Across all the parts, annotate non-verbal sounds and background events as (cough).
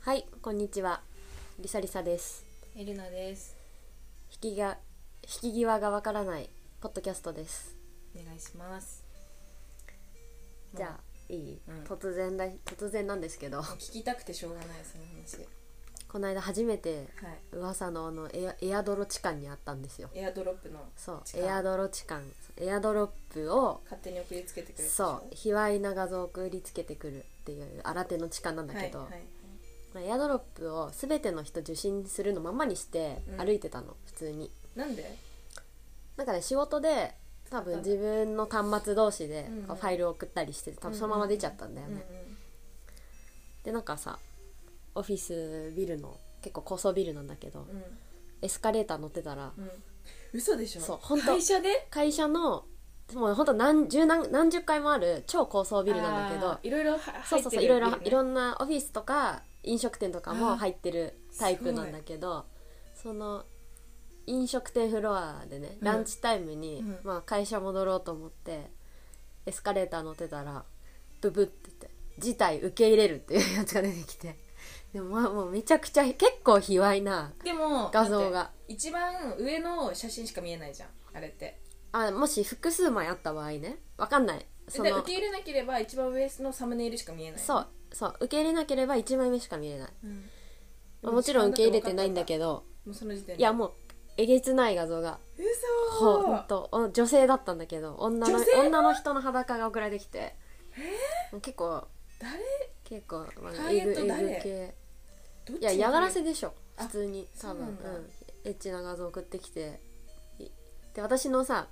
はい、こんにちは。リサリサです。エレナです。引きが引き際がわからないポッドキャストです。お願いします。じゃあいい、うん突然だ突然なんですけど、もう聞きたくてしょうがないその話。この間初めてはい。噂のあのエアエアドロ痴漢にあったんですよ。エアドロップのそう、痴漢エアドロ痴漢、エアドロップを勝手に送りつけてくれたでしょそう卑猥な画像を送りつけてくるっていう新手の痴漢なんだはいけど、はいはいまあエアドロップを全ての人受信するのままにしてうん歩いてたの、普通に。なんで？なんかね仕事で多分自分の端末同士でうんうんこうファイルを送ったりしてて多分そのまま出ちゃったんだよね、でなんかさオフィスビルの結構高層ビルなんだけど、うんうんエスカレーター乗ってたら、うん。うん嘘でしょ。そう本当会社で？会社のもうほんと何十何何十階もある超高層ビルなんだけどあーいろいろはそ入うそうってるそういろいろ、ビルねいろんなオフィスとか飲食店とかも入ってるタイプなんだけどその飲食店フロアでねうんランチタイムに、うんまあ、会社戻ろうと思ってエスカレーター乗ってたらブブって言って「事態受け入れる」っていうやつが出てきてでもまあもうめちゃくちゃ結構卑猥なでも画像だっがて一番上の写真しか見えないじゃん。あれって。あもし複数枚あった場合ねわかんないそでの受け入れなければ一番上のサムネイルしか見えない。そうそう受け入れなければ1枚目しか見れない、うん。まあもちろん受け入れてないんだけどもうその時点いやもうえげつない画像が嘘ほんとお女性だったんだけど女の女性女の人の裸が送られてきて結構誰結構、まあ、ターゲえぐットえ誰ぐ系どっちいやに嫌がらせでしょあ普通に多分そううなんだんエッチな画像送ってきていで私のさ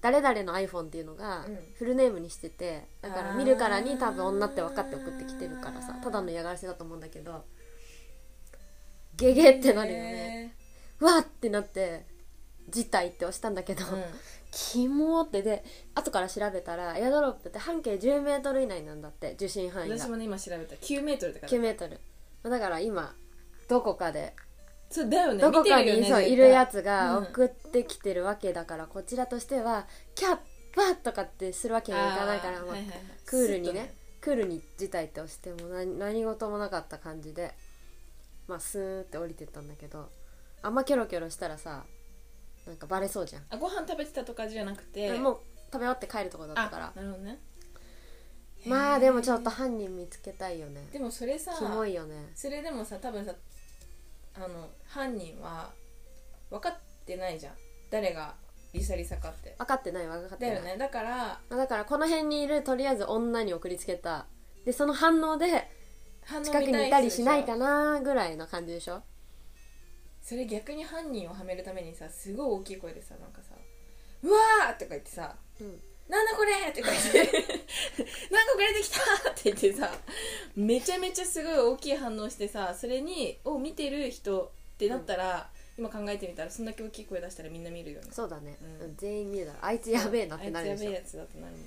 誰々の iPhone っていうのがうんフルネームにしてて、だからあー見るからに多分女って分かって送ってきてるからさただの嫌がらせだと思うんだけどゲゲってなるよねへわーってなって「辞退」って押したんだけど、ーうんキモーってで後から調べたらエアドロップって半径1 0ル以内なんだって受信範囲が私もね今調べた9メートルだから9メートルだから今どこかでそうだよねどこか見てにるそようねいるやつがうん送ってきてるわけだからこちらとしてはキャッパとかってするわけにはいかないからまあクールにねクールに辞退って押しても何何事もなかった感じでまあスーって降りてったんだけどあんまキョロキョロしたらさなんかバレそうじゃん、あご飯食べてたとかじゃなくてもうう食べ終わって帰るとこだったからなるほどねまあでもちょっとへ犯人見つけたいよねーでもそれさキモいよねそれでもさ多分さあの犯人は分かってないじゃん誰がリサリサかって分かってない分かってだないよねだからまあだからこの辺にいるとりあえず女に送りつけたでその反応で反応近くにいたりしないかななぐらいの感じでしょそれ逆に犯人をはめるためにさすごい大きい声でさなんかさ「うわー!」とか言ってさうんなんだこれって言って (laughs) 「なんか遅れてきた!」って言ってさめちゃめちゃすごい大きい反応してさそれにを見てる人ってなったら、今考えてみたらそんだけ大きい声出したらみんな見るよねそうだね、うんうん全員見るだろあいつやべえなってなるあでいつしやべょえやつだってなるもん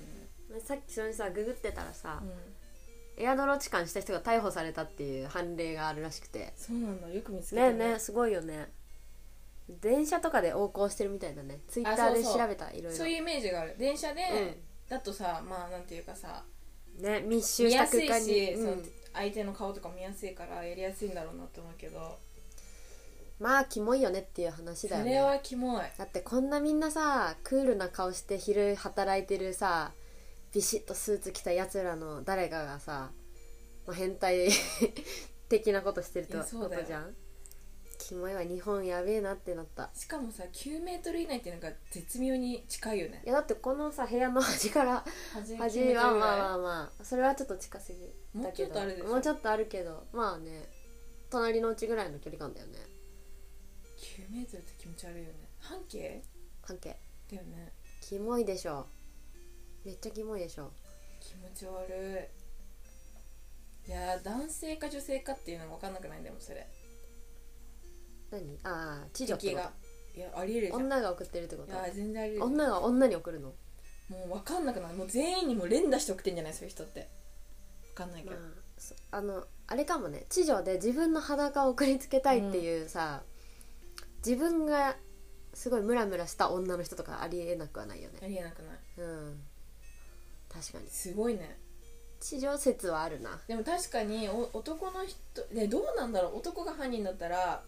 ね、さっきそれさググってたらさう、ん、エアドロ痴漢した人が逮捕されたっていう判例があるらしくてそうなんだよく見つけねたえねえすごいよね電車とかで横行してるみたいだねツイッターでそう調そうべたいろいろそういうイメージがある電車で、うんだとさまあなんていうかさね密集見しやたす空い間し、に、うそのん、相手の顔とか見やすいからやりやすいんだろうなと思うけどまあキモいよねっていう話だよそねれはキモいだってこんなみんなさクールな顔して昼働いてるさビシッとスーツ着たやつらの誰かがさ、まあ、変態 (laughs) 的なことしてるっていこやそうとだよじゃんキモいわ日本やべえなってなったしかもさ9メートル以内っていうのが絶妙に近いよねいやだってこのさ部屋の端から端に端9メートルぐらいはまあまあまあそれはちょっと近すぎもうちょっとあるでしょもうちょっとあるけどまあね隣のうちぐらいの距離感だよね9メートルって気持ち悪いよね半径関係だよねキモいでしょめっちゃキモいでしょ気持ち悪いいやー男性か女性かっていうのが分かんなくないでもそれ何ああ知女って敵こがいやありえるじとゃんい女が送ってるってことやー全然ありえるも女が女に送るの、う分かんなくないもう全員にもう連打しておくってんじゃないそういう人って分かんないけまど、あ、そあのあれかもね地上で自分の裸を送りつけたいっていうさ、自分がすごいムラムラした女の人とかありえなくはないよねありえなくないうん確かにすごいね地上説はあるなでも確かにお男の人、ね、どうなんだろう男が犯人だったら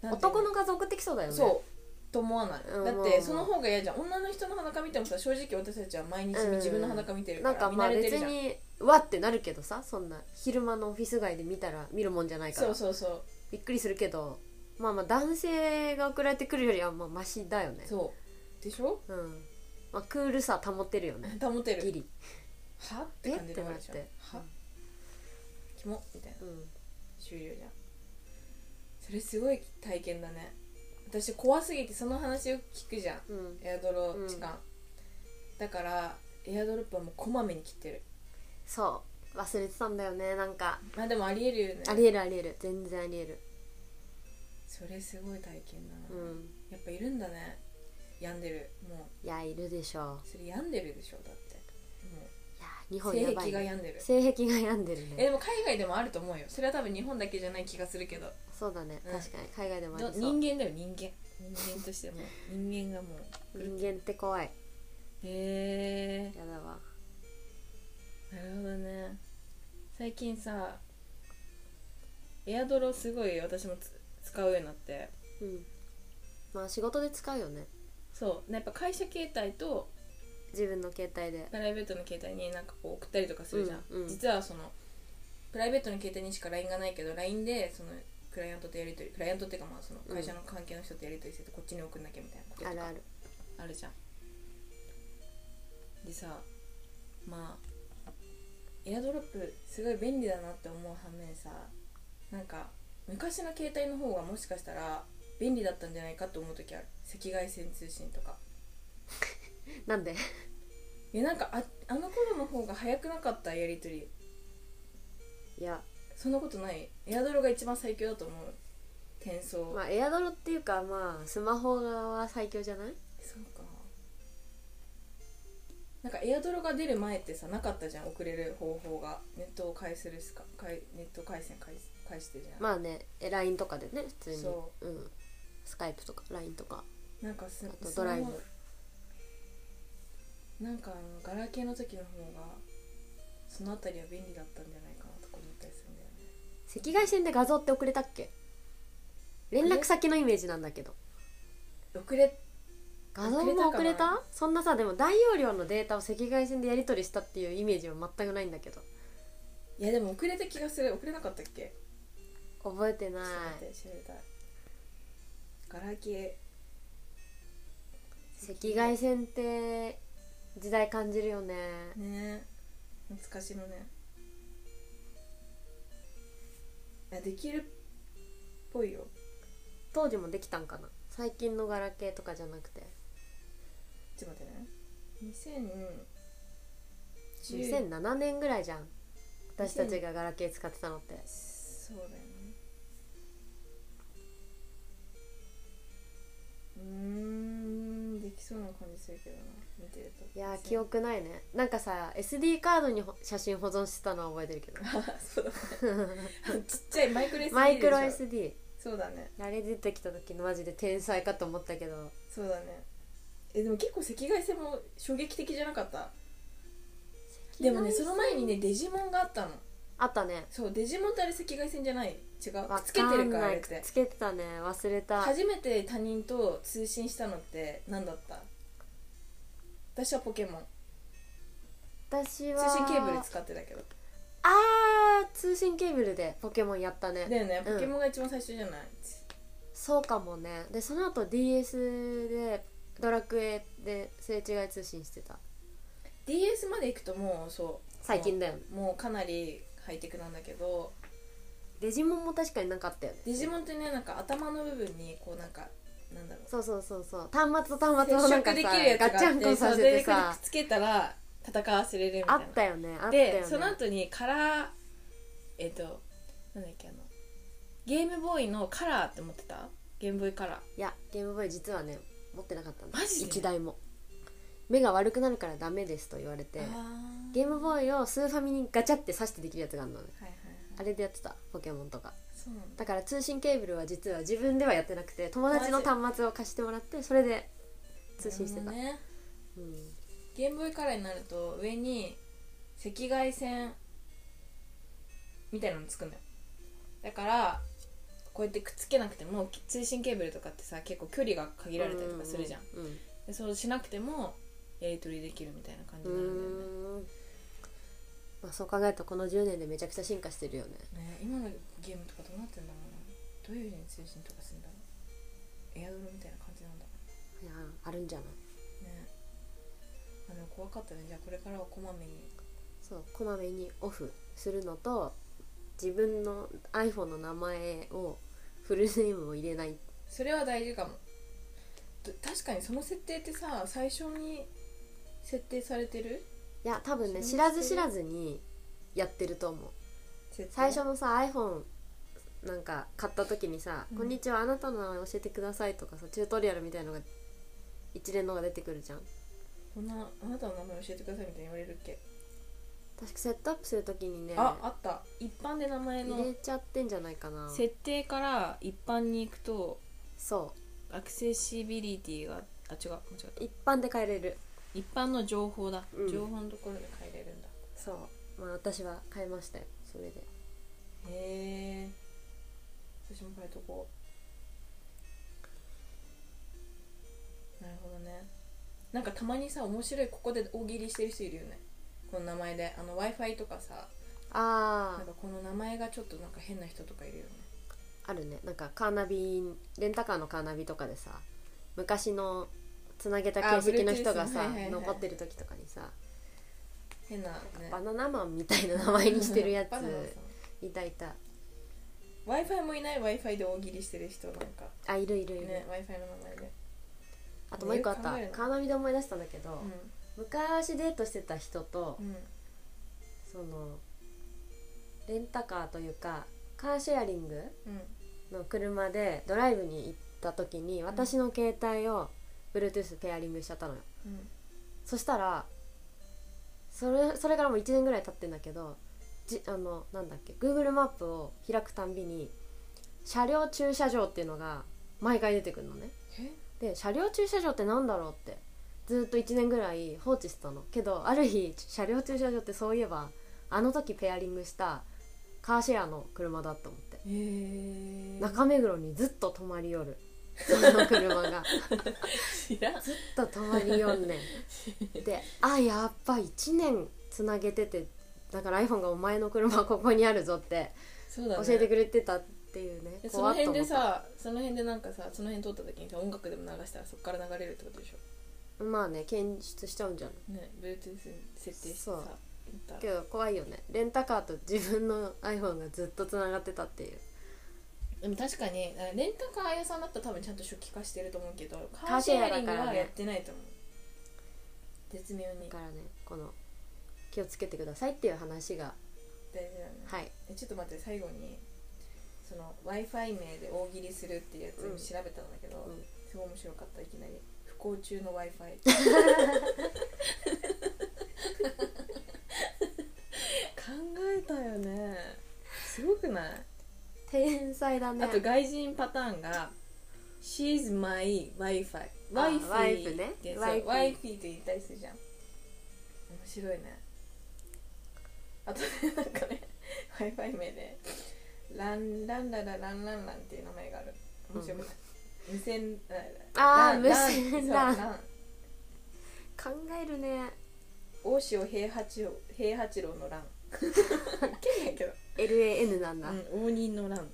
なんていう男の画像送ってきそうだよねそうと思わない、うんだまあっまてあその方が嫌じゃん女の人の裸見てもさ正直私たちは毎日自分の裸見てるなかんから見まあ慣れて別るじゃん,、にわってなるけどさそんな昼間のオフィス街で見たら見るもんじゃないからそうそうそびっくりするけどまあまあ男性が送られてくるよりはまあマシだよねうそうでしょ (laughs) うんまあクールさ保てるよね保てギるリはって感じで終わるでしょえってなはってキモみたいなうん終了じゃんそれすごい体験だね私怖すぎてその話を聞くじゃんうんエアドロ痴漢、だからエアドロップはもうこまめに切ってるそう忘れてたんだよねなんかまあでもありえるよねありえるありえる全然ありえるそれすごい体験だな、うんやっぱいるんだね病んでるもいやいるでしょううそれ病んでるでしょだってもいや日う本や性ばい癖がね病んでる性癖が病んでるねえでも海外でもあると思うよそれは多分日本だけじゃない気がするけどそうだねうん確かに海外でもありどそう人間だよ人間人間 (laughs) としても人間がもう人間って怖いへえやだわなるほどね最近さエアドロすごい私もつ使うようになってうんまあ仕事で使うよねそうやっぱ会社携帯と自分の携帯でプライベートの携帯になんかこう送ったりとかするじゃん、うんうん実はそのプライベートの携帯にしか LINE がないけど LINE でそのクライアントとやり取りクライアントっていうかまあその会社の関係の人とやり取りしててこっちに送んなきゃみたいなこととあかるあるあるじゃんでさまあエアドロップすごい便利だなって思う反面さなんか昔の携帯の方がもしかしたら便利だったんじゃないかと思う時ある赤外線通信とかなんでいやなんかああの頃の方が早くなかったやり取りいやそんなことないエアドロが一番最強だと思う転送、まあエアドロっていうかまあスマホは最強じゃないそうかなんかエアドロが出る前ってさなかったじゃん送れる方法がネットを介するしか介ネット回線介す介してじゃん、まあねえ LINE とかでね普通に、そうん、スカイプとか LINE とかなんかすあとスドマラホイブなんかあのガラケーの時の方がそのあたりは便利だったんじゃないかなとか思ったりするんだよね赤外線で画像って送れたっけ連絡先のイメージなんだけど遅れ画像も送れたそんなさでも大容量のデータを赤外線でやり取りしたっていうイメージは全くないんだけどいやでも遅れた気がする遅れなかったっけ覚えてない調べて調べたいガラケー赤外線って時代感じるよねねえ懐かしのねいやできるっぽいよ当時もできたんかな最近のガラケーとかじゃなくてちょっと待ってね2010 2007年ぐらいじゃん私たちがガラケー使ってたのってそうだよねうーんできそうな感じするけどな見てるといやー記憶ないねなんかさ SD カードにほ写真保存してたのは覚えてるけどあそうだねあのちっちゃいマイクロ SD でしょマイクロ SD そうだねあれ出てきた時のマジで天才かと思ったけどそうだねえでも結構赤外線も衝撃的じゃなかったでもねその前にねデジモンがあったのあったねそうデジモンってあれ赤外線じゃない違うわつけてかるかんらあなれっいくってつけてたね忘れた初めて他人と通信したのって何だった私はポケモン私通は信ケーブル使ってたけどあー通信ケーブルでポケモンやったねだよねうんポケモンが一番最初じゃない、そうかもねでその後 DS でドラクエですれ違い通信してた DS まで行くともうそう最近だよねもうかなりハイテクなんだけどデジモンも確かになかったよねデジモンってねなんか頭の部分にこうなんかなんだろうそうそうそうそう端末と端末をな接んかさ触できるやつがあガッってチャンコさせてさそうでくっつけたら戦わせれるみたあいなったよねあったよねでその後にカラーえっ、となんだっけあのゲームボーイのカラーって持ってたゲームボーイカラーいやゲームボーイ実はね持ってなかったのマジで一台も目が悪くなるからダメですと言われてゲームボーイーイをスーファミにガチャって挿してできるやつがあるのねはいはいはいあれでやってたポケモンとかそうなんだだから通信ケーブルは実は自分ではやってなくて友達の端末を貸してもらってそれで通信してた、なるほどねうん、ゲームボーイカラーになると上に赤外線みたいなのつくんだよだからこうやってくっつけなくても通信ケーブルとかってさ結構距離が限られたりとかするじゃん,、うんうんでそうしなくてもやり取りできるみたいな感じうになるんだよねんまあ、そう考えるとこの10年でめちゃくちゃ進化してるよねね今のゲームとかどうなってんだろうなどういうふうに通信とかするんだろうエアドロみたいな感じなんだいろやあるんじゃないうねあでも怖かったねじゃあこれからはこまめにそうこまめにオフするのと自分の iPhone の名前をフルネームを入れないそれは大事かもど確かにその設定ってさ最初に設定されてるいや多分ね知知ららずず知らずにやってると思う設定最初のさ iPhone なんか買った時にさ「うんこんにちはあなたの名前教えてください」とかさチュートリアルみたいのが一連のが出てくるじゃんこんなあなたの名前教えてくださいみたいに言われるっけ、確かセットアップする時にねああった一般で名前入れのちゃってんじゃないかな設定から一般に行くとそアクセシビリティがあ違う間違ったう一般で変えれる一般の情報だ、うん情報のところで変えれるんだそうまあ私は変えましたよそれでへえ私も変えとこうなるほどねなんかたまにさ面白いここで大喜利してる人いるよねこの名前であの w i f i とかさあなんあかこの名前がちょっとなんか変な人とかいるよねあるねなんかカーナビレンタカーのカーナビとかでさ昔のつなげた形跡の人があさ Bluetooth ねはいはいはい残ってる時とかにさ変なねバナナマンみたいな名前にしてるやつバナナさんいたいた w i f i もいない w i f i で大喜利してる人なんかあいるいるいる、ね w i f i の名前であともう一個あった考えるのカーナビで思い出したんだけど、う昔デートしてた人と、んうんそのレンタカーというかカーシェアリングうんの車でドライブに行った時に私の携帯を Bluetooth ペアリングしちゃったのようんそしたらそれそれからもう1年ぐらい経ってんだけどじあのなんだっけ Google マップを開くたんびに車両駐車場っていうのが毎回出てくるのねえで車両駐車場ってなんだろうってずっと1年ぐらい放置してたのけどある日車両駐車場ってそういえばあの時ペアリングしたカーシェアの車だと思ってえー、中目黒にずっと泊まりよるその車が (laughs) 知らんずっと泊まりよんねんであやっぱ1年つなげててだから iPhone がお前の車はここにあるぞってそうだ、教ね、えてくれてたっていうねでそ怖のっと辺思でったさその辺でなんかさその辺撮った時にさ音楽でも流したらそっから流れるってことでしょまあね検出しちゃうんじゃないね Bluetooth に設定してさそうやったらけど怖いよねレンタカーと自分の iPhone がずっとつながってたっていうでも確かにあレンタカー屋さんだったら多分ちゃんと初期化してると思うけどカカーーシシェェアアリだングからねはやってないと思う絶妙だに大事からねこの気をつけてくださいっていう話がだね、はいえちょっと待って最後にその w i f i 名で大喜利するっていうやつうん調べたんだけど、うんすごい面白かったいきなり不幸中の w (laughs) i f i 考えたよねすごくない、天才だねあと外人パターンが「She's my Wi-Fi」あ Wi-Fi ワイフねってワイフ Wi-Fi って言ったりするじゃん面白いねあとねなんかね (laughs) Wi-Fi 名で「ランランララランランラン」っていう名前がある面白くない、無線あーラン無ラン線そうランラン考えるね大塩平八郎平八郎の (laughs) 乱けんやけど LAN なんだ、うん、応仁の乱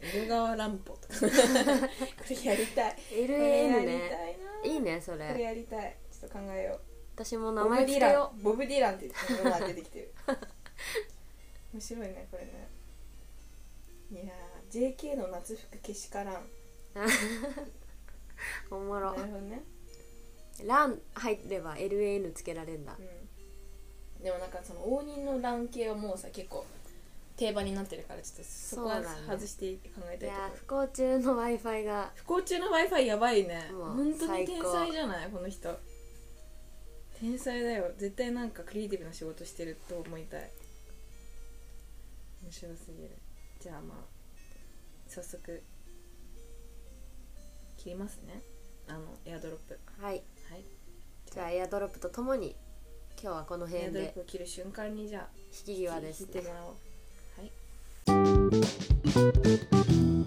江戸川乱 (laughs) 歩とかこれやりたいこれや LAN りねたいないいねそこれれやりたいちょっと考えよう私も名ボブ・前デつィけランよボブ・ディランって言ってるのが出て (laughs) きてる面白いねこれねいやー JK の夏服けしからんなるうおもほろどね、ラン入れば LAN つけられんだうん、でもなんかその応仁の乱系はもうさ結構定番になってるからちょっとそこはそうだね外して考えいたいとこやろ不幸中の w i f i が不幸中の w i f i やばいねもう本当に最天高才じゃないこの人天才だよ絶対なんかクリエイティブな仕事してると思いたい面白すぎるじゃあまあ早速切りますねあのエアドロップはいはいじゃあエアドロップとともに今日はこのヘア辺ドリッでプを切る瞬間にじゃあ引き際です引いてもらおうはい